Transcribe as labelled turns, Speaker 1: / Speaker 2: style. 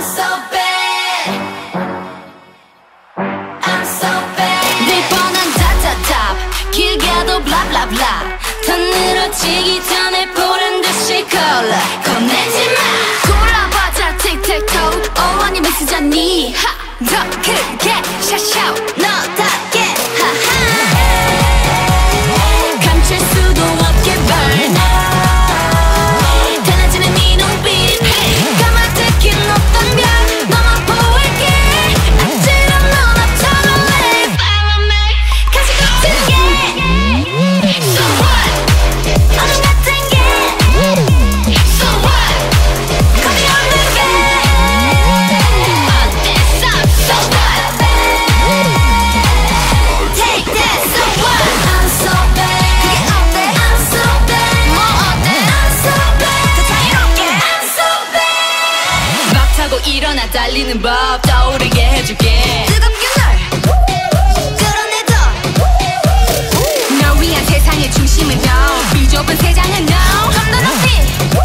Speaker 1: so bad. I'm so bad. 늘 뻔한 답답답 길게도 블라블라블라 더 늘어지기 전에 보란 듯이 콜라 겁내지 마 골라봐자 틱틱톡 어원이 메시지니 더 크게 샤샤 너답게 하하 감출 수도 없게 burn out 달라지는 네 눈빛 까마득히 높던 별 너만 보일게 아찔한 눈앞처럼 live Follow me 가슴 같은 게 So what 어둠 같은 게 So what Coming on the bed this up So what Take that, so what? I'm so bad. 그게 어때? I'm so bad. 뭐 어때? I'm so bad. 더 자유롭게. I'm so bad. 막 타고 일어나 달리는 법 떠오르게 해줄게. 뜨겁게 널 끌어내줘. 널 위한 세상의 중심은 no. 이 좁은 세상은 no. 좀더 높이. 예.